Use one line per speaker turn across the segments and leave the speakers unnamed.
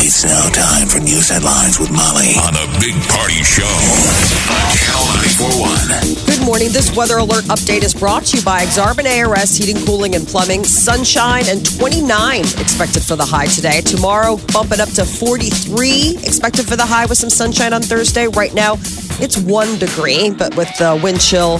It's now time for news headlines with Molly on the Big Party Show on Channel 941.
Good morning. This weather alert update is brought to you by Exarban ARS Heating, Cooling, and Plumbing. Sunshine and 29 expected for the high today. Tomorrow, bumping up to 43 expected for the high with some sunshine on Thursday. Right now, it's one degree, but with the wind chill,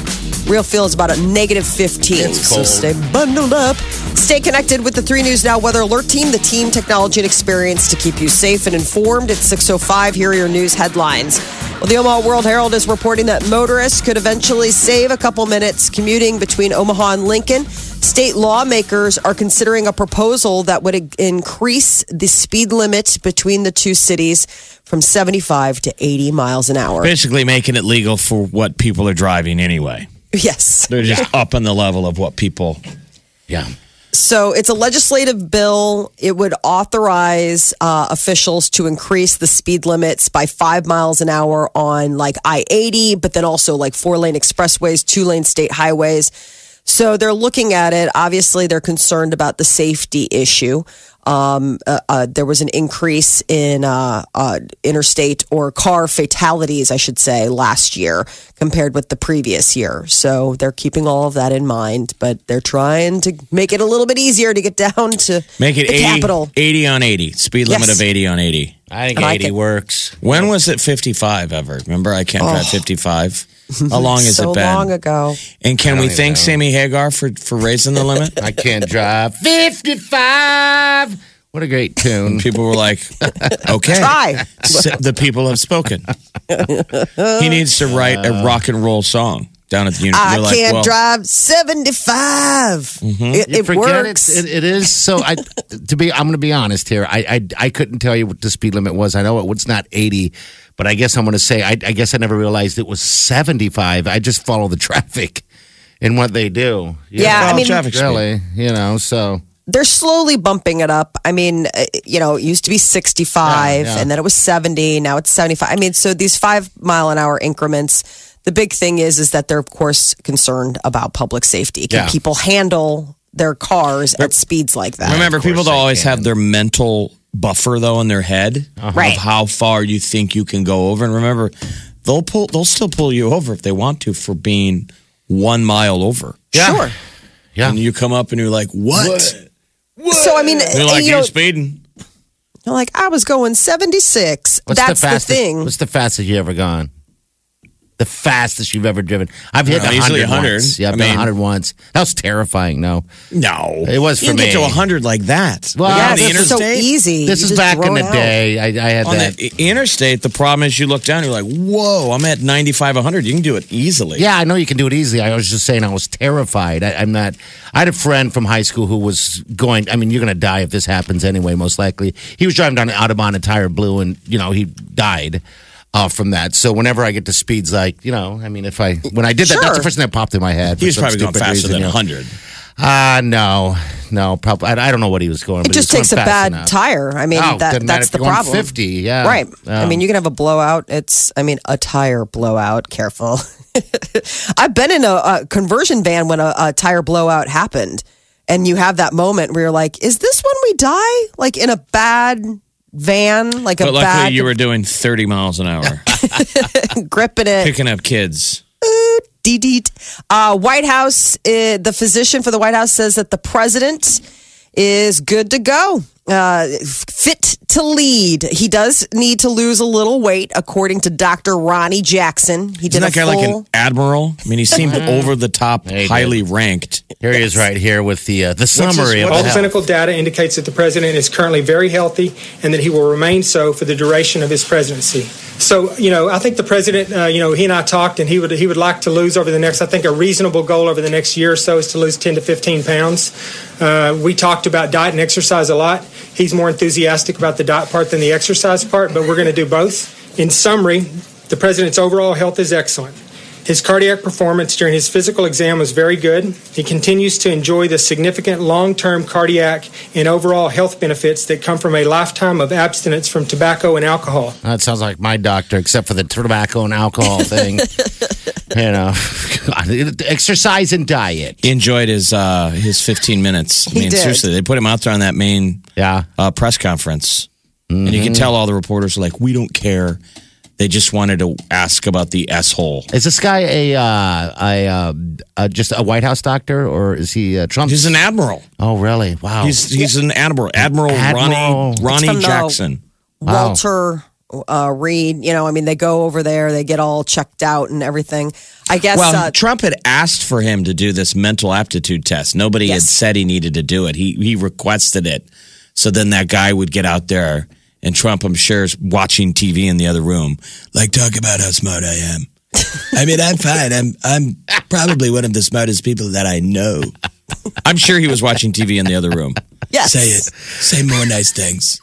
real feel is about a negative 15. So stay bundled up. Stay connected with the 3 News Now Weather Alert Team, the team, technology, and experience to keep you safe and informed. It's 6.05. Here are your news headlines. Well, the Omaha World Herald is reporting that motorists could eventually save a couple minutes commuting between Omaha and Lincoln. State lawmakers are considering a proposal that would increase the speed limit between the two cities from 75 to 80 miles an hour.
Basically, making it legal for what people are driving anyway.
Yes.
They're just upping the level of what people. Yeah.
So it's a legislative bill. It would authorize uh, officials to increase the speed limits by five miles an hour on like I 80, but then also like four lane expressways, two lane state highways. So they're looking at it. Obviously, they're concerned about the safety issue. Um, uh, uh, there was an increase in uh, uh, interstate or car fatalities, I should say, last year compared with the previous year. So they're keeping all of that in mind, but they're trying to make it a little bit easier to get down to
Make it
the
80,
capital.
80 on 80. Speed limit
Yes.
of 80 on 80.
I think
I like
80
it.
works.
When was it 55 ever? Remember, I can't drive 55. How long has
Oh. so
it been?
long ago.
And can we
even
thank
know.
Sammy Hagar for, for raising the limit?
I can't drive 55. What a great tune.
People were like, okay.
Try.
S- the people have spoken. he needs to write a rock and roll song down at the
I
university.
can't drive 75.
Mm-hmm.
It,
You
it
forget
works.
It, it, it is so. I to be. I'm going to be honest here. I, I I couldn't tell you what the speed limit was. I know it was not 80, but I guess I'm going to say. I, I guess I never realized it was 75. I just follow the traffic and what they do. You
Yeah, I
Well,
mean-
traffic speed.
really. You know, so
they're slowly bumping it up. I mean, uh, you know, it used to be 65
Yeah, yeah.
and then it was 70. Now it's 75. I mean, so these five mile an hour increments, the big thing is, is that they're of course concerned about public safety. Can
Yeah.
people handle their cars at speeds like that?
Remember,
Of course
people that
they
always
can. Uh-huh.
have their mental buffer though in their head
Right.
of how far you think you can go over. And remember, they'll pull. They'll still pull you over if they want to for being one mile over.
Sure.
yeah.
And you come up and you're like, "What?"
So I mean,
They're like,
you
"You're
know,
speeding."
you're like I was going 76.
What's
That's
the,
the,
fastest,
thing.
What's the fastest you ever gone? The fastest you've ever driven. I've hit
Yeah,
100
Uh, easily 100.
once. Yeah, I've
I
done
mean-
100 once. That was terrifying. No,
No,
It was
you
for
can get to
me.
100 like that.
Well,
Like,
yeah,
on the
this is so
interstate.
easy.
this
You
is
just
back in
throw
the
it out.
day. I, I had
On
that.
the i- interstate, the problem is you look down, you're like, "Whoa, I'm at 95, 100." You can do it easily.
Yeah, I know you can do it easily. I was just saying I was terrified. I, I'm not. I had a friend from high school who was going. I mean, you're going to die if this happens anyway. Most likely, he was driving down the autobahn and tire blew, and you know he died uh, from that. So whenever I get to speeds like you know, I mean, if I when I did that, that's
Sure.
the first thing that popped in my head. for
he was
some
probably going
stupid
faster
reason,
than
you know.
100.
Uh no, no, probably. I, I don't know what he was going.
It just takes a bad tire. I mean,
Oh,
that,
doesn't matter
that's
if
the
you're going
problem.
50, yeah.
Right. I
Um,
mean, you can have a blowout. It's, I mean, a tire blowout. Careful. I've been in a, a conversion van when a, a tire blowout happened. And you have that moment where you're like, is this when we die? Like in a bad van, like a
But luckily,
bad
you were doing 30 miles an hour,
gripping it.
picking up kids.
Deet. Uh, White House, uh, the physician for the White House says that the president is good to go, uh, fit to lead. He does need to lose a little weight, according to Dr. Ronnie Jackson. He did
Isn't
a
that guy
full.
like an admiral? I mean, he seemed over the top,
Yeah, he did.
highly ranked.
here he is, right here with the uh, the
Which is
summary
what
of
the
the
clinical data indicates that the president is currently very healthy and that he will remain so for the duration of his presidency. So you know, I think the president, uh, you know, he and I talked, and he would he would like to lose over the next. I think a reasonable goal over the next year or so is to lose ten to fifteen pounds. Uh, we talked about diet and exercise a lot. He's more enthusiastic about the diet part than the exercise part, but we're going to do both. In summary, the president's overall health is excellent. His cardiac performance during his physical exam was very good. He continues to enjoy the significant long term cardiac and overall health benefits that come from a lifetime of abstinence from tobacco and alcohol.
That sounds like my doctor, except for the tobacco and alcohol thing. you know, God, exercise and diet.
He enjoyed his uh, his 15 minutes. I
He
mean,
did.
seriously, they put him out there on that main
Yeah.
uh, press conference, and
Mm-hmm.
you can tell all the reporters are like, "We don't care." They just wanted to ask about the s hole.
Is this guy a uh, a, uh, uh, just a White House doctor, or is he uh, Trump?
He's an admiral.
oh, really? Wow.
He's he's an admiral. Admiral,
Admiral. It's
Ronnie Ronnie
from the-
Jackson.
Wow.
Walter uh, Reed. You know, I mean, they go over there, they get all checked out and everything. I guess.
Well,
uh,
Trump had asked for him to do this mental aptitude test. Nobody had
Yes.
said he needed to do it. He he requested it. So then that guy would get out there, and Trump, I'm sure, is watching TV in the other room, like talk about how smart I am. I mean, I'm fine. I'm I'm probably one of the smartest people that I know. I'm sure he was watching TV in the other room.
yes.
Say more nice things.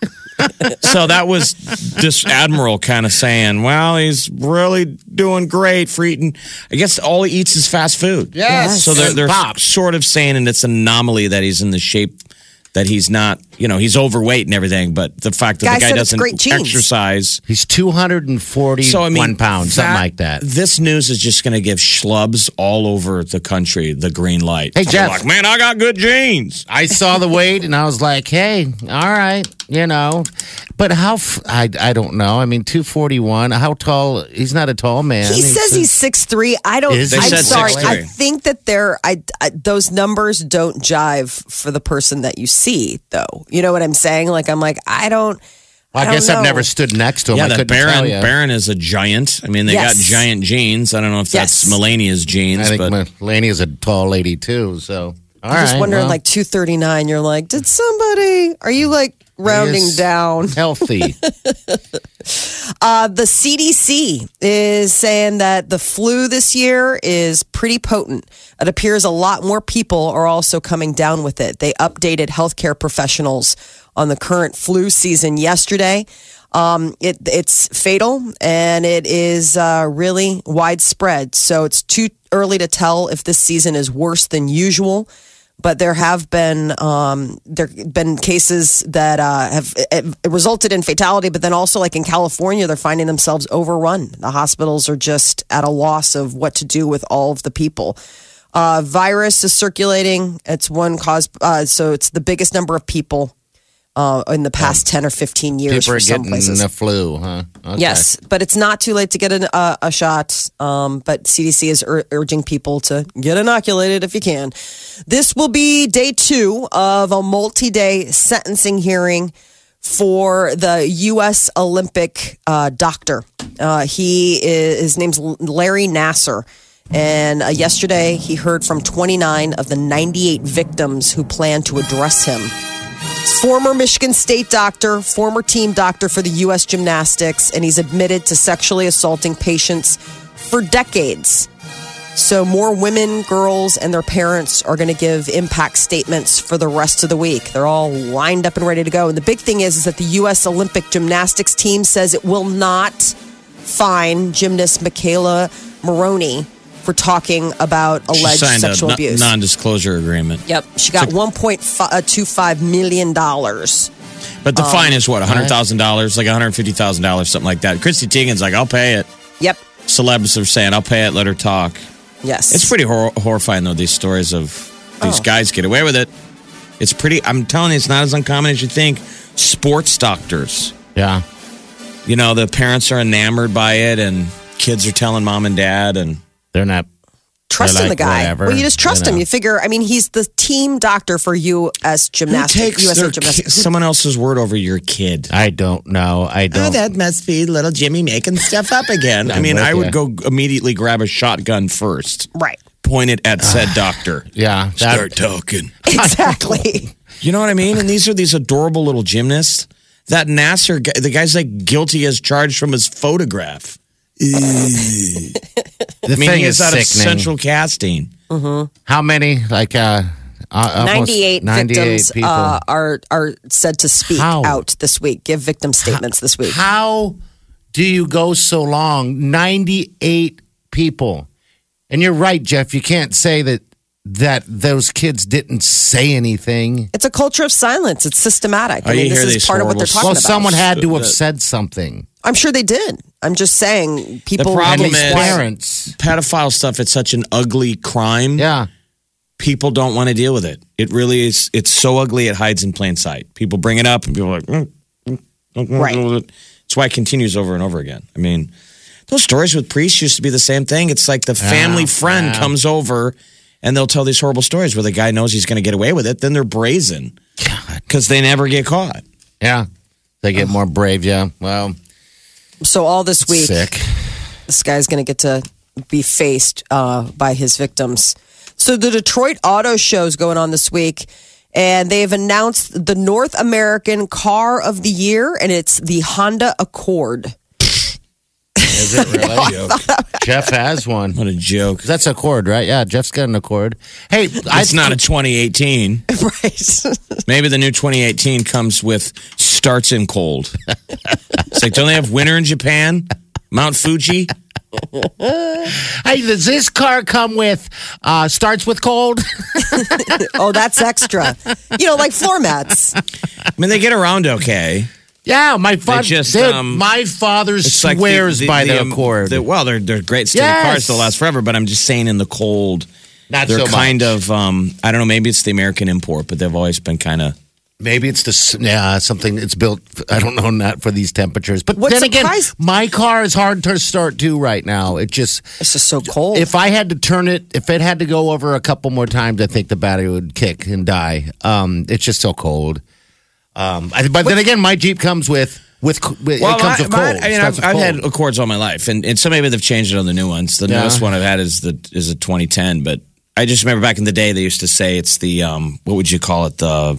so that was this admiral kind of saying, "Well, he's really doing great for eating. I guess all he eats is fast food."
Yes.
So they're, they're
And pop.
sort of saying, and it's an anomaly that he's in the shape that he's not. You know, he's overweight and everything, but the fact that
Guy
the guy
said it's
doesn't
great genes.
exercise.
He's 241
So I mean,
pounds, something like that.
This news is just going to give schlubs all over the country the green light.
Hey,
They're
Jeff.
like, man, I got good genes.
I saw the weight and I was like, hey, all right, you know. But how, f- I, I don't know. I mean, 241, how tall? He's not a tall man.
He says he's six three. I don't.
Is he?
I'm
They said
sorry.
6'3".
I think that they're. I, I those numbers don't jive for the person that you see, though. You know what I'm saying? Like I'm like I don't.
I,
I
guess
don't
I've
know.
never stood next to him. I
Yeah, the
couldn't tell
Baron
you.
Baron is a giant. I mean, they
Yes.
got giant genes. I don't know if that's
Yes.
Melania's genes,
I think
but
Melania's a tall lady too, so. All
I'm just
right,
wondering,
well,
like 239. You're like, did somebody? Are you like rounding
he is
down?
Healthy.
Uh, the CDC is saying that the flu this year is pretty potent. It appears a lot more people are also coming down with it. They updated healthcare professionals on the current flu season yesterday. Um, it, it's fatal and it is uh, really widespread. So it's too early to tell if this season is worse than usual but there have been um, there been cases that uh, have it, it resulted in fatality. But then also, like in California, they're finding themselves overrun. The hospitals are just at a loss of what to do with all of the people. Uh, virus is circulating. It's one cause. Uh, so it's the biggest number of people uh, in the past ten or fifteen years
People
for
are
some
getting
places.
the flu, huh? Okay.
Yes, but it's not too late to get an, uh, a shot. Um, but CDC is ur- urging people to get inoculated if you can. This will be day two of a multi day sentencing hearing for the U.S. Olympic uh, doctor. Uh, he is, his name's L- Larry Nasser. And uh, yesterday, he heard from 29 of the 98 victims who plan to address him former Michigan State doctor, former team doctor for the U.S. gymnastics, and he's admitted to sexually assaulting patients for decades. So, more women, girls, and their parents are going to give impact statements for the rest of the week. They're all lined up and ready to go. And the big thing is, is that the U.S. Olympic gymnastics team says it will not fine gymnast Michaela Maroney for talking about
she
alleged
signed
sexual
a non-
abuse.
non-disclosure agreement.
Yep, she got one point two five million dollars.
But the
Um,
fine is what hundred thousand dollars, like one hundred fifty thousand dollars, something like that. Christy Teigen's like, I'll pay it.
Yep.
Celebs are saying, I'll pay it. Let her talk.
Yes.
It's pretty hor- horrifying though. These stories of
Oh.
these guys get away with it. It's pretty. I'm telling you, it's not as uncommon as you think. Sports doctors.
Yeah.
You know, the parents are enamored by it, and kids are telling mom and dad, and
They're not.
trusting
They're
the
like,
guy.
whatever,
well, you just trust
you
him.
know.
You figure. I mean, he's the team doctor for U.S.
Who
gymnastics.
takes
USA
their ki-
gymnastics.
someone else's word over your kid?
I don't know. I don't.
Oh, that must be little Jimmy making stuff up again. I
I'm
mean,
with
I would
ya.
go immediately grab a shotgun first,
right.
point it at said doctor.
yeah. That,
talking.
Exactly.
You know what I mean? And these are these adorable little gymnasts that Nasser guy, the guy's like guilty as charged from his photograph.
The
I mean,
thing
he
is
is out
sickening.
of central casting.
How many? Like uh, uh, almost
98,
98
victims
people.
uh, are are said to speak
How?
out this week, give victim statements this week.
How do you go so long? 98 people. And you're right, Jeff. You can't say that that those kids didn't say anything.
It's a culture of silence. It's systematic. I
Oh, you
mean, this
hear
is
these
part of what they're
horrible
talking
Well,
about.
someone had to have
That-
said something.
I'm sure they did. I'm just saying people.
And
problem
these
is-
parents.
Pedophile stuff, it's such an ugly crime.
Yeah.
People don't want to deal with it. It really is, it's so ugly, it hides in plain sight. People bring it up and people are like, mm, mm, don't wanna
Right.
deal with it. That's why it continues over and over again. I mean, those stories with priests used to be the same thing. It's like the family friend comes over and they'll tell these horrible stories where the guy knows he's going to get away with it. Then they're brazen because they never get caught.
Yeah. They get more brave. Yeah. Well,
so all this week,
sick.
this guy's going to get to be faced uh, by his victims. So the Detroit Auto Show is going on this week, and they have announced the North American Car of the Year, and it's the Honda Accord.
Is it really? Jeff has one.
What a joke.
That's a chord, right? Yeah. Jeff's got an accord. Hey,
It's not a 2018.
right.
Maybe the new 2018 comes with starts in cold. it's like, don't they have winter in Japan? Mount Fuji?
Hey, does this car come with uh starts with cold?
oh, that's extra. You know, like floor mats.
I mean, they get around okay.
yeah, my father.
just, um,
my father
It's like the-
swears by the,
um,
Accord.
the- well, they're, they're great state
Yes.
cars. They'll last forever, but I'm just saying in the cold,
Not
they're
so
kind
much.
of, um, I don't know, maybe it's the American import, but they've always been kind of.
Maybe it's the s- yeah something it's built. I don't know, not for these temperatures. But
What
then again,
surprised-
my car is hard to start too right now. It just
It's just so cold.
if I had to turn it, if it had to go over a couple more times, I think the battery would kick and die. Um, it's just so cold. Um, I, but then again, my Jeep comes with with, c- with it comes
my-
with
my-
cold.
I mean,
starts
I've,
with
I've
cold.
had Accords all my life, and, and so maybe they've changed it on the new ones. The
Yeah.
newest one I've had is the is a 2010, but I just remember back in the day they used to say it's the um, what would you call it the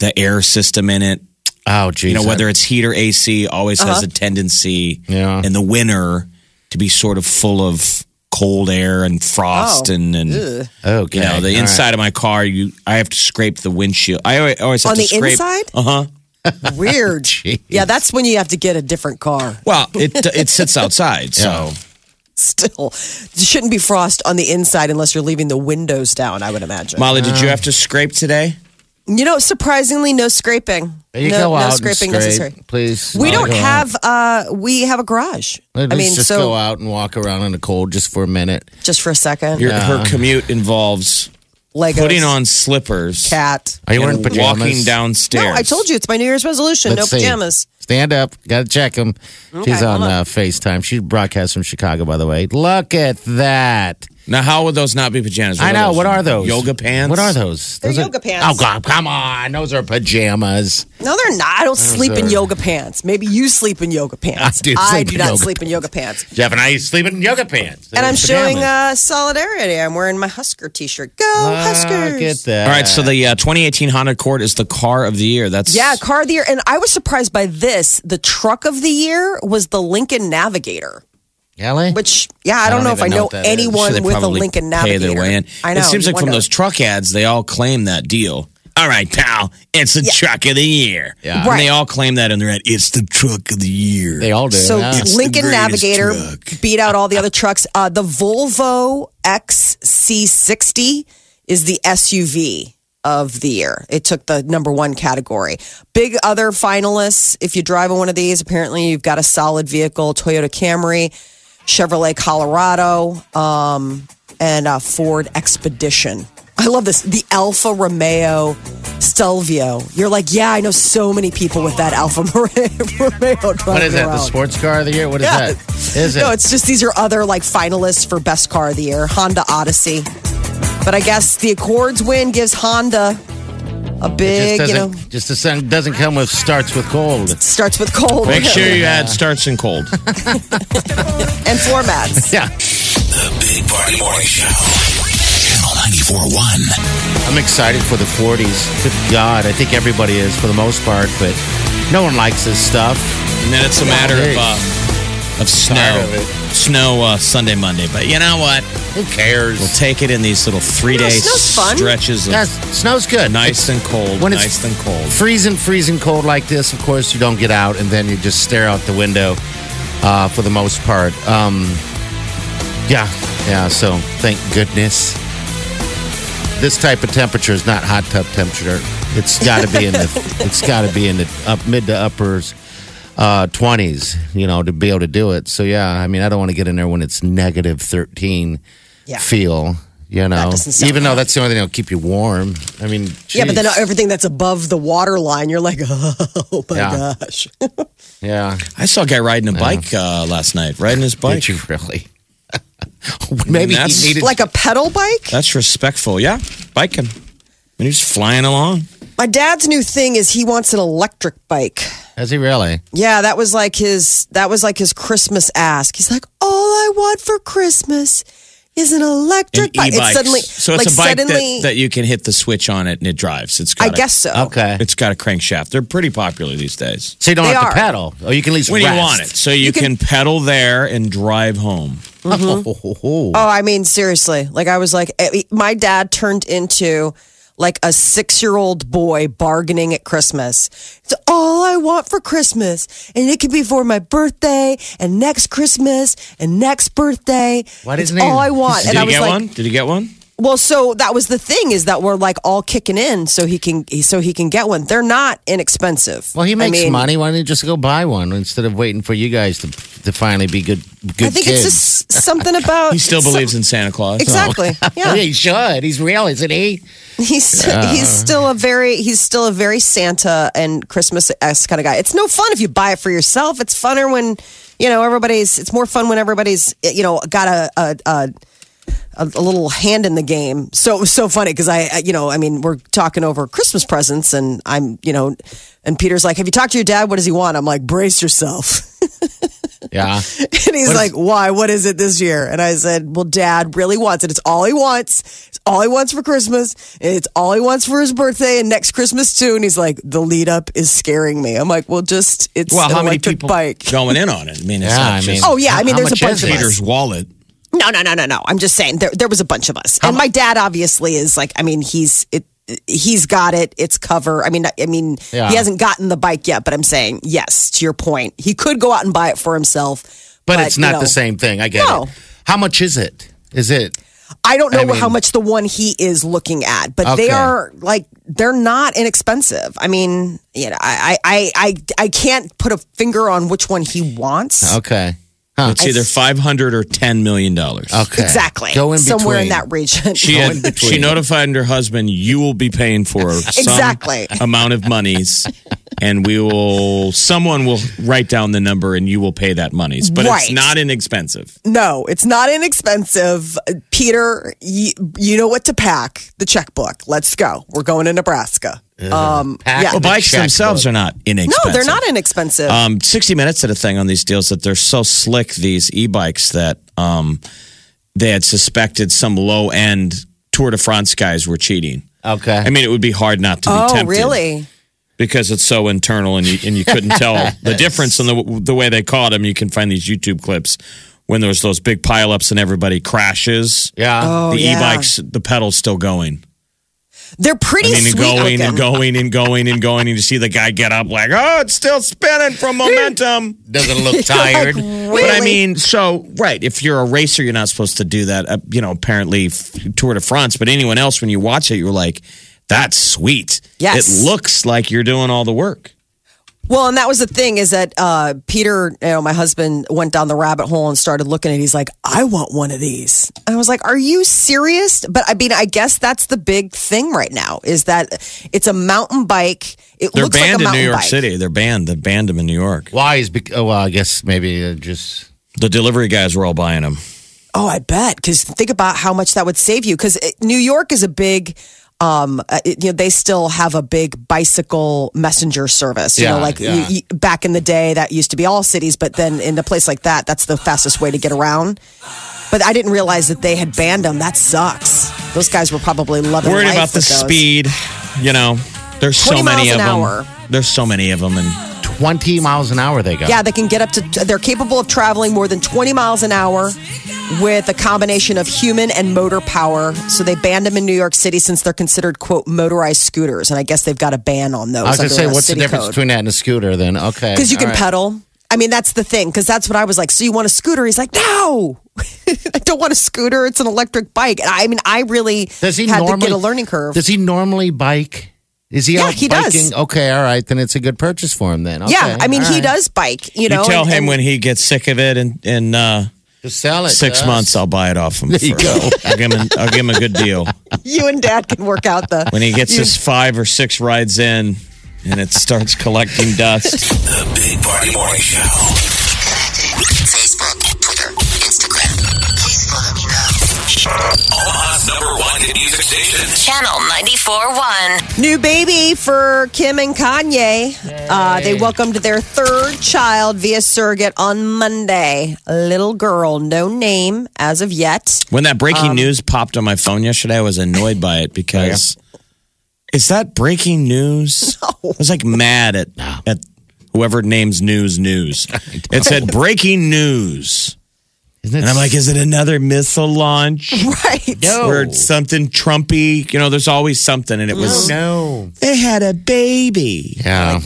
the air system in it.
oh geez,
You know,
I-
whether it's heat or AC, always has
Uh-huh.
a tendency
Yeah.
in the winter to be sort of full of cold air and frost
Oh.
and and.
okay,
You know, the
all right.
inside of my car, you I have to scrape the windshield. I always, always have
On
to
the
scrape.
inside?
Uh huh.
Weird. yeah, that's when you have to get a different car.
Well, it it sits outside, so
Still, there shouldn't be frost on the inside unless you're leaving the windows down. I would imagine.
Molly, did you have to scrape today?
you know, surprisingly, no scraping.
There you
no,
go
no
out and
scraping
scrape,
necessary.
please.
We
Not
don't
go out.
have. Uh, we have a garage.
At
I
least
mean,
just
so
go out and walk around in the cold just for a minute.
just for a second,
Your, Her commute involves
Legos,
putting on slippers,
cat.
Are you
and
wearing pajamas?
walking downstairs.
No, I told you it's my New Year's resolution.
Let's
no
see.
pajamas.
Stand up. Got to check him. She's on
hold on.
uh, FaceTime. She broadcasts from Chicago, by the way. Look at that.
Now, how would those not be pajamas?
I know. What are those?
Yoga pants.
What are those?
They're
Those are-
yoga pants.
Oh, God. Come on. Those are pajamas.
No, they're not. I don't sleep in yoga pants. Maybe you sleep in yoga pants.
do sleep in
not
yoga
sleep in yoga pants.
Jeff and I used to sleep in yoga pants.
And
They're
I'm showing
pajamas.
uh, solidarity. I'm wearing my Husker T-shirt. Go
Look at
Huskers!
that.
All right, so the uh, 2018 Honda Accord is the car of the year. That's
Yeah, car of the year. And I was surprised by this. The truck of the year was the Lincoln Navigator.
Ellie?
Which, yeah, I don't, know if I
even
know
know what that is.
I'm
anyone
sure they
with a
probably
Lincoln
pay
Navigator.
their way in.
I know.
It seems
you
like from
wonder.
those truck ads, they all claim that deal. All right, pal, it's the truck of the year. Yeah. And
Right.
they all claim that in their ad. It's the truck of the year.
they all do.
So
yeah.
It's the
Lincoln
greatest
Navigator
truck.
beat out all the other trucks. Uh, the Volvo XC60 is the SUV of the year. It took the number one category. Big other finalists. If you drive one of these, apparently you've got a solid vehicle. Toyota Camry, Chevrolet Colorado, um, and uh, Ford Expedition. I love this. The Alfa Romeo Stelvio. You're like, yeah, I know so many people with that Alfa Romeo driving
What is that? The
around.
sports car of the year? What is
Yeah.
that? Is it?
No, it's just these are other like finalists for best car of the year, Honda Odyssey. But I guess the Accords win gives Honda a
just
big, you know,
doesn't, just the sun doesn't come with starts with cold.
starts with cold
Make sure you add starts in cold.
and floor mats.
Yeah.
The Big Party Morning Show. Channel 941.
I'm excited for the 40s. Good God, I think everybody is for the most part, but No one likes this stuff.
And then it's a matter of uh, of snow,
Tired of it.
snow uh, Sunday, Monday. But you know what?
Who cares?
We'll take it in these little three day
snow's fun.
stretches of
Yes, snow's good.
nice and cold,
when it's-
nice and cold.
freezing, freezing cold like this, of course, you don't get out, and then you just stare out the window uh, for the most part. Um, yeah, yeah. So thank goodness this type of temperature is not hot tub temperature. It's got to be in the it's got to be in the up mid to upper twenties, you know, to be able to do it. So yeah, I mean, I don't want to get in there when it's negative thirteen
Yeah.
feel. You know,
doesn't sound
even though
hot.
that's the only thing that'll keep you warm. I mean,
Yeah, but then
geez.
everything that's above the water line, you're like, oh my
Yeah.
gosh.
yeah.
I saw a guy riding a bike uh, last night, riding his bike.
Did you really? Maybe
That's-
he needed.
like a pedal bike?
That's respectful. Yeah, biking. And he's flying along.
My dad's new thing is he wants an electric bike.
Has he really?
Yeah, that was like his that was like his Christmas ask. He's like, "All I want for Christmas is an electric
And
bike."
e-bikes.
It's suddenly
so it's
like
a bike
suddenly
that, that you can hit the switch on it and it drives. It's
I
got a-
guess so.
Okay.
It's got a crankshaft. They're pretty popular these days.
So you don't
They
have
are.
to pedal. Oh, you can at least
When
rest.
you want it, so you, can, pedal there and drive home.
Oh, I mean, seriously. Like, I was like, eh, my dad turned into like a six year old boy bargaining at Christmas. It's all I want for Christmas. And it could be for my birthday and next Christmas and next birthday.
Why
it's
doesn't he-
all I want. And
Did you
I was
get
like,
one? Did you get one?
well, so that was the thing is that we're like all kicking in so he can, so he can get one. They're not inexpensive.
Well, he
I
makes
mean,
money. Why don't you just go buy one instead of waiting for you guys to to finally be good good
I think it's
kids?
just something about.
He still believes in Santa Claus.
Exactly.
Oh,
Yeah.
he should. He's real, isn't he?
He's he's still a very he's still a very Santa and Christmas esque kind of guy. It's no fun if you buy it for yourself. It's funner when you know everybody's. It's more fun when everybody's you know got a a. a a, a little hand in the game. So it was so funny because I, I- you know, I mean, we're talking over Christmas presents, and I'm, you know, and Peter's like, "Have you talked to your dad? What does he want?" I'm like, "Brace yourself."
Yeah.
And he's
What
like,
is-
"Why? What is it this year?" And I said, "Well, Dad really wants it. It's all he wants. It's all he wants for Christmas. And it's all he wants for his birthday and next Christmas too." And he's like, "The lead up is scaring me." I'm like, "Well, just it's
Well,
an
how many
electric
people
bike."
going in on it? I mean, it's
Yeah,
not
I
just
mean-
Oh yeah, I mean,
How
there's a bunch
much is
of
it?
us.
Peter's wallet.
No, no, no, no, no. I'm just saying there there was a bunch of us, and my dad obviously is like, I mean, he's it. He's got it. It's cover. I mean, I mean,
Yeah.
he hasn't gotten the bike yet, but I'm saying yes to your point. He could go out and buy it for himself,
But, it's
you
not the
know.
same thing. I get
No.
it. How much is it? Is it?
I don't know
I mean-
how much the one he is looking at, but they
Okay.
are like they're not inexpensive. I mean, you know, I I I I can't put a finger on which one he wants.
Okay. Huh.
It's either five hundred or ten million dollars.
okay.
Exactly.
Go in
Somewhere in
between.
that region.
She had, she notified her husband, "You will be paying for
Exactly.
some amount of monies, and we will. Someone will write down the number, and you will pay that monies. But
Right.
it's not inexpensive.
No, it's not inexpensive. Peter, you, you know what to pack. The checkbook. Let's go. We're going to Nebraska. Um,
Pack Uh,
yeah.
the
Well, bikes
checkbook.
themselves are not inexpensive.
No, they're not inexpensive.
Um, 60 Minutes did a thing on these deals that they're so slick, these e bikes, that um, they had suspected some low end Tour de France guys were cheating.
Okay.
I mean, it would be hard not to be
oh,
tempted.
really?
because it's so internal and you, and you couldn't tell the difference in the, the way they caught him. You can find these YouTube clips when there's those big pileups and everybody crashes.
yeah.
the
Oh, yeah.
e-bikes, the pedal's still going.
They're pretty
I mean, and
sweet.
going
looking.
and going and going and going, and you see the guy get up like, oh, it's still spinning from momentum.
Doesn't look tired.
But I mean, so right, if you're a racer, you're not supposed to do that. Uh, you know, apparently f- Tour de France, but anyone else, when you watch it, you're like, that's sweet.
Yes.
it looks like you're doing all the work.
Well, and that was the thing is that uh, Peter, you know, my husband went down the rabbit hole and started looking at. it. He's like, I want one of these, and I was like, Are you serious? But I mean, I guess that's the big thing right now is that it's a mountain bike. It
They're
looks like
banned
a
in
mountain
New York
bike.
City. They're banned. They banned them in New York.
Why is? Bec- oh, well, I guess maybe uh, just.
The delivery guys were all buying them.
Oh, I bet. Because think about how much that would save you. Because New York is a big. Um, uh, it- you know, they still have a big bicycle messenger service. You know,
Yeah,
like
yeah.
you, you, back in the day, that used to be all cities, but then in a place like that, that's the fastest way to get around. But I didn't realize that they had banned them. That sucks. Those guys were probably loving.
Worried
life
about the
with those.
speed. You know, there's so
20
many
miles
of
an
them.
hour.
There's so many of them, and
20 miles an hour they go.
Yeah, they can get up to, they're capable of traveling more than 20 miles an hour with a combination of human and motor power. So they banned them in New York City since they're considered, quote, motorized scooters. And I guess they've got a ban on those.
I was going to say,
under a
what's the
city
difference
code.
between that and a scooter then? Okay.
Because you
all
can
right.
pedal. I mean, that's the thing. Because that's what I was like. So you want a scooter? He's like, no, I don't want a scooter. It's an electric bike. And I mean, I really
Does he
had
normally,
to get a learning curve.
Does he normally bike? Is he
Yeah,
out
he does.
biking? Okay, all right. Then it's a good purchase for him then. Okay,
yeah, I mean,
all
he
right.
does bike. You know,
you tell
and-
him
and-
when he gets sick of it, and in uh,
Just sell it.
six
to us.
months, I'll buy it off him. There
you go.
I'll give him. I'll give him a good deal
you and Dad can work out the
when he gets
you-
his five or six rides in, and it starts collecting dust.
The Big Party Morning Show.
Facebook, Twitter, Instagram. Please follow me now.
Omaha's number one hit music station.
Channel 94.1.
New baby for Kim and Kanye. Uh, they welcomed their third child via surrogate on Monday. A little girl, no name as of yet.
When that breaking
Um,
news popped on my phone yesterday, I was annoyed by it because
Oh,
is that breaking news? I was like mad at at whoever names news news. It said breaking news,
Isn't it
and I'm like, is it another missile launch?
Right.
No.
Or something Trumpy, you know, there's always something. And it was,
no.
they had a baby.
Mm. Yeah.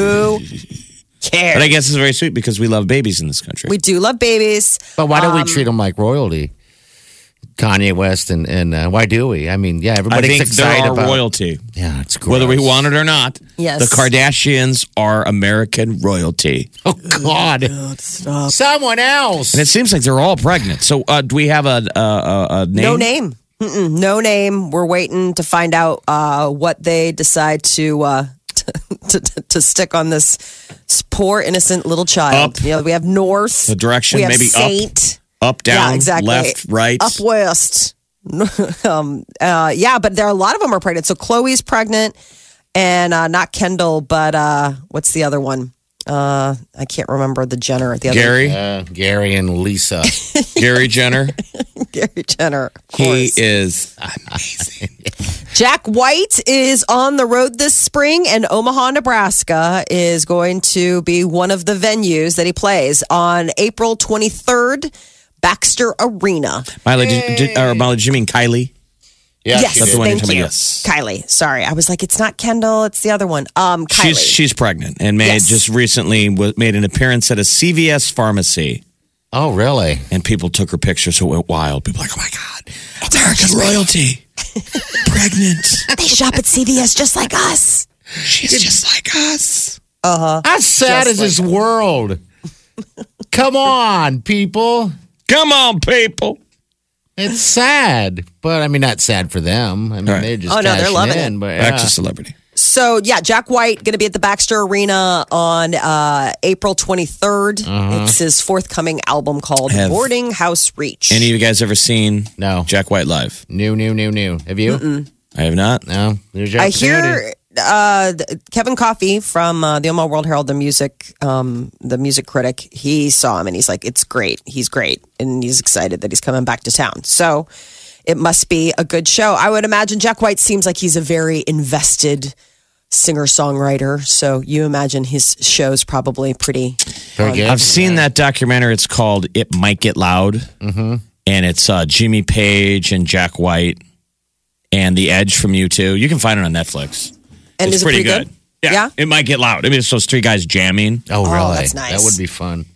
Who
But I
cares?
guess it's very sweet because we love babies in this country.
We do love babies.
But why
um,
don't we treat them like royalty? Kanye West and and uh, why do we? I mean, yeah,
I
everybody's
think
excited
they're our
about.
royalty.
Yeah, it's gross.
Whether we want it or not,
Yes.
the Kardashians are American royalty.
Oh God! Someone else.
And it seems like they're all pregnant. So uh, do we have a, a, a, a name?
No name. Mm-mm, no name. We're waiting to find out uh, what they decide to, uh, to, to to stick on this poor innocent little child.
Up.
You know, we have North.
The direction,
we have
maybe up,
Saint.
Up, down,
yeah, exactly.
left, right.
up west. um, uh, yeah, but there are a lot of them are pregnant. So Chloe's pregnant, and uh, not Kendall, but uh, what's the other one? Uh, I can't remember the Jenner. The other
Gary,
Uh, Gary and Lisa.
Gary Jenner.
Gary Jenner. of
He
course.
is.
Jack White is on the road this spring, and Omaha, Nebraska is going to be one of the venues that he plays on April 23rd, Baxter Arena.
Miley, did, did, or Miley, did you mean Kylie?
Yeah,
yes,
she
That's
did.
the one you're
thank
talking
you.
about, yes.
Kylie. Sorry, I was like, it's not Kendall, it's the other one. Um, Kylie.
She's she's pregnant and made
Yes.
just recently wa- made an appearance at a CVS pharmacy,
Oh, really?
and people took her picture, so it went wild. People were like, oh my god, it's American royalty, pregnant.
they shop at CVS just like us.
She's just like us.
How sad
Just
is this world? Come on, people.
Come on, people.
It's sad, but I mean, not sad for them. I mean,
Right.
they're just
Oh, no, they're
cashing
loving
in,
it.
But, uh,
Back
yeah.
to celebrity.
So yeah, Jack White going to be at the Baxter Arena on uh, April 23rd. It's his forthcoming album called
Uh-huh. Have-
Boarding House Reach.
Any of you guys ever seen
No.
Jack White live?
new, new, new, new. Have you?
I have not.
No. There's your
I
opportunity.
hear uh, th- Kevin Coffey from uh, the Omaha World Herald, the music, um, the music critic. He saw him and he's like, "It's great. He's great, and he's excited that he's coming back to town." So it must be a good show. I would imagine Jack White seems like he's a very invested singer songwriter. So you imagine his show's probably pretty.
Very good.
I've seen that documentary. It's called "It Might Get Loud,"
Mm-hmm.
and it's uh, Jimmy Page and Jack White and The Edge from U two. You can find it on Netflix.
And
it's
is
pretty,
it pretty good?
Yeah.
Yeah?
it might get loud. I mean, it's those three guys jamming.
Oh, really?
that's nice.
That would be fun.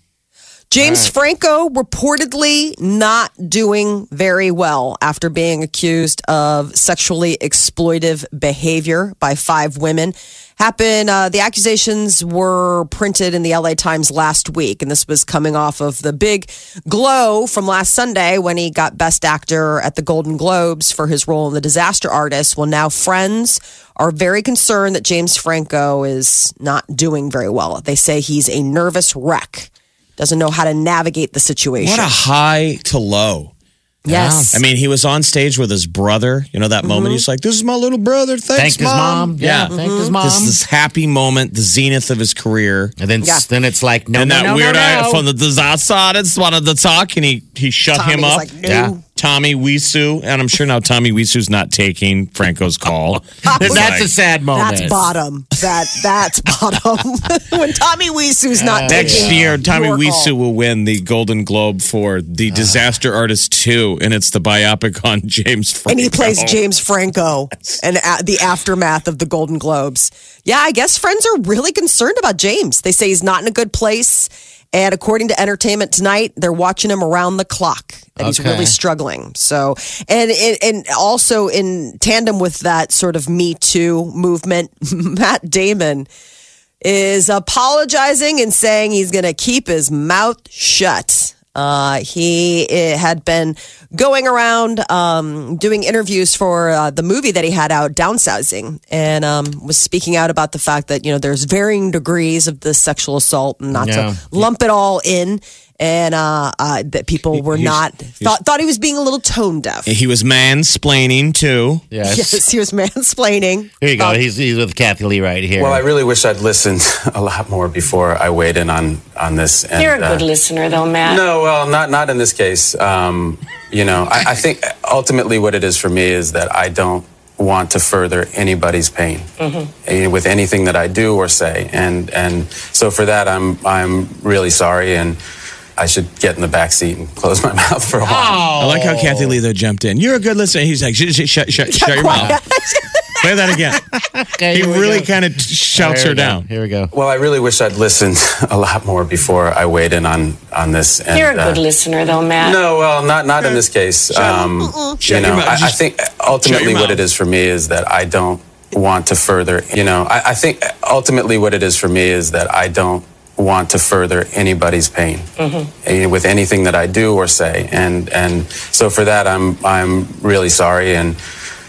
James Franco reportedly not doing very well after being accused of sexually exploitive behavior by five women. Happened, uh, the accusations were printed in the LA Times last week, and this was coming off of the big glow from last Sunday when he got Best Actor at the Golden Globes for his role in The Disaster Artist. Well, now friends are very concerned that James Franco is not doing very well. They say he's a nervous wreck doesn't know how to navigate the situation.
What a high to low.
yes.
I mean, he was on stage with his brother. You know that
Mm-hmm.
moment. He's like, "This is my little brother. Thanks,
Thank his mom.
Yeah.
Yeah, thank
Mm-hmm.
his mom.
This is this happy moment, the zenith of his career.
and then,
Yeah.
then it's like, no,
and
no,
that
no,
weird
no,
eye
no.
from the disaster artist wanted to talk, and he he shut
Tommy
him
was
up.
like, no.
Yeah.
Tommy Wisu, and I'm sure now Tommy Wisu's not taking Franco's call.
Then that's a sad moment.
That's bottom. That that's bottom. when Tommy Wisu's not
uh, Next
taking
year, Tommy
your
Wisu
call.
will win the Golden Globe for
Uh.
The Disaster Artist 2, and it's the biopic on James Franco.
and he plays James Franco and a- the aftermath of the Golden Globes. Yeah, I guess friends are really concerned about James. They say he's not in a good place. And according to Entertainment Tonight, they're watching him around the clock. That he's
Okay.
really struggling. So, and and and also in tandem with that sort of Me Too movement, Matt Damon is apologizing and saying he's going to keep his mouth shut. Uh, he eh, had been going around um, doing interviews for uh, the movie that he had out, Downsizing, and um, was speaking out about the fact that, you know, there's varying degrees of the sexual assault and not
Yeah.
to lump it all in. And uh, uh, that people were not, thought, thought he was being a little tone deaf.
He was mansplaining too.
Yes.
Yes, he was mansplaining.
Here you go. He's, he's with Kathy Lee right here.
Well, I really wish I'd listened a lot more before I weighed in on on this. And,
You're a good
uh,
listener, though, Matt.
No, well, not not in this case. Um, you know, I, I think ultimately what it is for me is that I don't want to further anybody's pain
Mm-hmm.
eh, with anything that I do or say, and and so for that, I'm I'm really sorry, and I should get in the back seat and close my mouth for a
Oh.
while.
I like how Kathy
Oh.
Lee though jumped in. You're a good listener. He's like, shut, shut, shut, shut, shut your mouth. Play that again.
Okay,
He
here we
really
go.
kind of shouts
Here
her
we go.
down.
Here we go.
Well, I really wish I'd listened a lot more before I weighed in on on this. And,
You're a
uh,
good listener, though, Matt.
No, well, not not in this case. Um,
Shut
you know,
your mouth.
I, I
Just
think
shut
ultimately
your
what
mouth.
it is for me is that I don't want to further. You know, I, I think ultimately what it is for me is that I don't want to further anybody's pain
Mm-hmm.
eh, with anything that I do or say, and and so for that, I'm I'm really sorry, and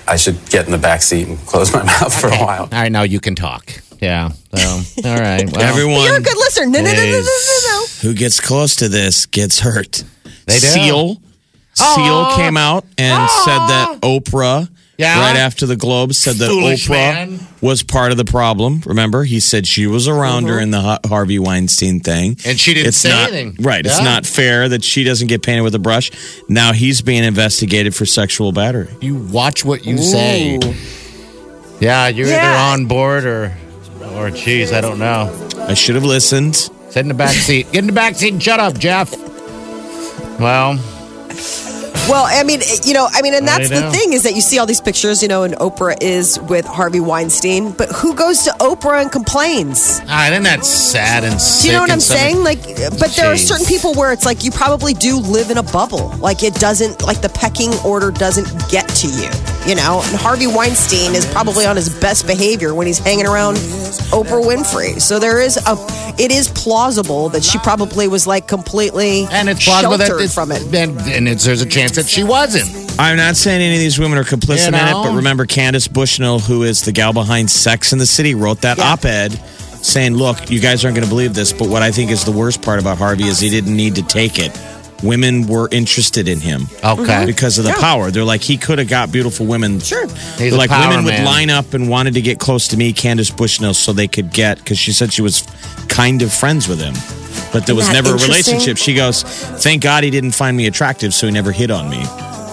I should get in the back seat and close my mouth for a while.
All right, now you can talk. Yeah. So, all right. Well,
Everyone
You're a good listener. No, no, no, no, no, no, no.
who gets close to this gets hurt.
They do.
Seal.
Oh.
Seal came out and said that Oprah,
Yeah.
right after the Globe, said that
Foolish
Oprah
man. Mm-hmm.
was part of the problem. Remember, he said she was around during the Har- Harvey Weinstein thing,
And she didn't
it's
say
not,
anything.
Right? It's
Yeah.
not fair that she doesn't get painted with a brush. Now he's being investigated for sexual battery.
You watch what you say. Yeah, you're
Yeah.
either on board or, or geez, I don't know.
I should have listened.
Sit in the back seat. Get in the back seat and shut up, Jeff. Well,
Well, I mean, it- you know, I mean, and
I
that's the
know.
thing is that you see all these pictures, you know, and Oprah is with Harvey Weinstein, but who goes to Oprah and complains?
ah, isn't that sad and sick?
Do you know what
and
I'm
something-
saying? Like, but there are
Jeez.
certain people where it's like you probably do live in a bubble. Like, it doesn't, like, the pecking order doesn't get to you, you know? And Harvey Weinstein is probably on his best behavior when he's hanging around Oprah Winfrey. So there is a, it is plausible that she probably was like completely
And it's plausible that
sheltered
it's-
from it.
And, and it's, there's a chance that she wasn't.
I'm not saying any of these women are complicit
You
in it,
know?
but remember Candace Bushnell, who is the gal behind Sex in the City, wrote that op ed saying, Look, you guys aren't going to believe this, but what I think is the worst part about Harvey is he didn't need to take it. Women were interested in him
Okay.
because of the power. They're like, he could have got beautiful women. Sure.
He's
They're
a
like,
power
women would
man.
line up and wanted to get close to me, Candace Bushnell, so they could get, because she said she was kind of friends with him. But there was
Isn't that
never a
interesting?
relationship. She goes, Thank God he didn't find me attractive, so he never hit on me.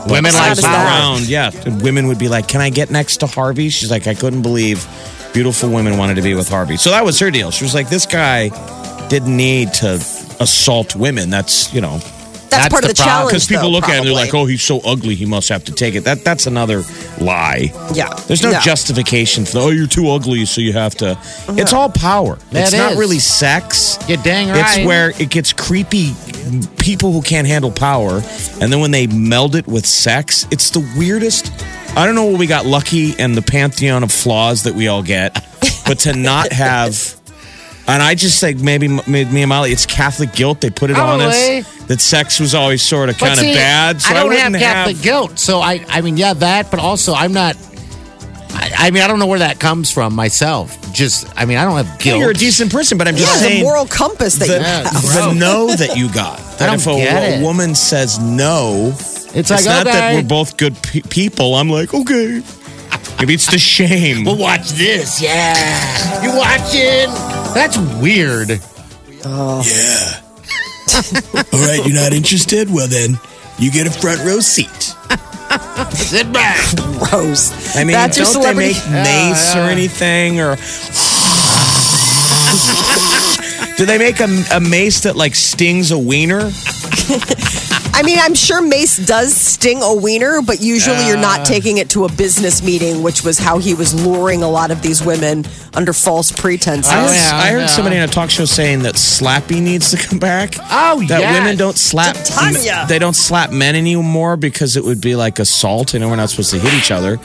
Women
I
like
was
power.
around, yeah. And women would be like, "Can I get next to Harvey?" She's like, "I couldn't believe beautiful women wanted to be with Harvey." So that was her deal. She was like, "This guy didn't need to assault women." That's you know,
That's,
That's
part of
the
the
problem.
challenge.
because people
though,
look at him, they're
probably.
like, "Oh, he's so ugly, he must have to take it." That that's another lie.
Yeah.
There's no, justification for the, oh, you're too ugly, so you have to. It's all power.
Uh-huh. That
it's not
is.
really sex.
You're dang
It's
right.
where it gets creepy people who can't handle power. And then when they meld it with sex, it's the weirdest. I don't know what we got lucky and the pantheon of flaws that we all get, but to not have. And I just think maybe m- me me and Molly, it's Catholic guilt. They put it on
Probably.
us that sex was always sort of
But
kind of
see,
bad. So
I
I,
don't have
wouldn't
Catholic guilt. So I, I mean, yeah, that. But also, I'm not. I, I mean, I don't know where that comes from myself. Just, I mean, I don't have guilt.
You're a decent person, but I'm just
Yeah,
saying
the moral compass that
the,
you have.
the no that you got. That
I don't
if a,
get
a
it.
woman says no,
It's
it's,
like, oh,
not that
okay.
we're both good pe- people. I'm like, okay. Maybe it's the shame.
Well, watch this. Yeah, you watching? That's weird.
All right, you're not interested? Well, then,
you get a front row seat.
Sit back.
Gross.
I mean,
That's your
don't they
celebrity-
make mace or anything? Or do they make a, a mace that like stings a wiener?
I mean, I'm sure Mace does sting a wiener, but usually you're not taking it to a business meeting, which was how he was luring a lot of these women under false pretenses.
I heard,
yeah,
I heard
yeah.
somebody in a talk show saying that slappy needs to come back.
Oh,
that
yeah.
women don't slap.
Tanya.
They don't slap men anymore because it would be like assault. I know we're not supposed to hit each other,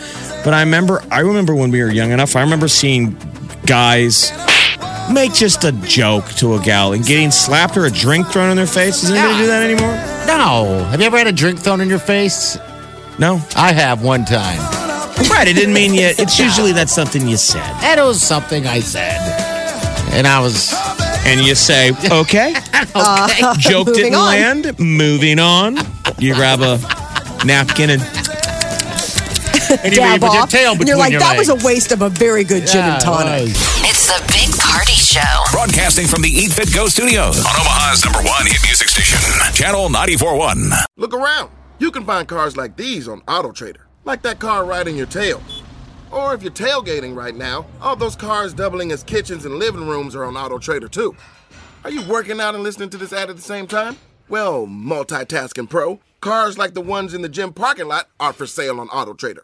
but I remember. I remember when we were young enough. I remember seeing guys make just a joke to a gal and getting slapped or a drink thrown in their face. Does anybody
Yeah.
do that anymore?
No. Have you ever had a drink thrown in your face?
No.
I have one time.
Right. It didn't mean you. It's usually that's something you said,
And it was something I said. And I was
and you say, "Okay."
okay.
joke
Moving
didn't
on.
land. Moving on. You grab a napkin and
and you
Dab
put your
off.
tail
and
between
you're like,
your
that was
legs.
a waste of a very good gin
Yeah,
and
it
tonic.
was.
It's the Big Party Show.
Broadcasting from the Eat Fit Go Studios on Omaha's number one hit music station, Channel 94.1.
Look around. You can find cars like these on AutoTrader, like that car riding your tail. Or if you're tailgating right now, all those cars doubling as kitchens and living rooms are on AutoTrader too. Are you working out and listening to this ad at the same time? Well, multitasking pro, cars like the ones in the gym parking lot are for sale on AutoTrader.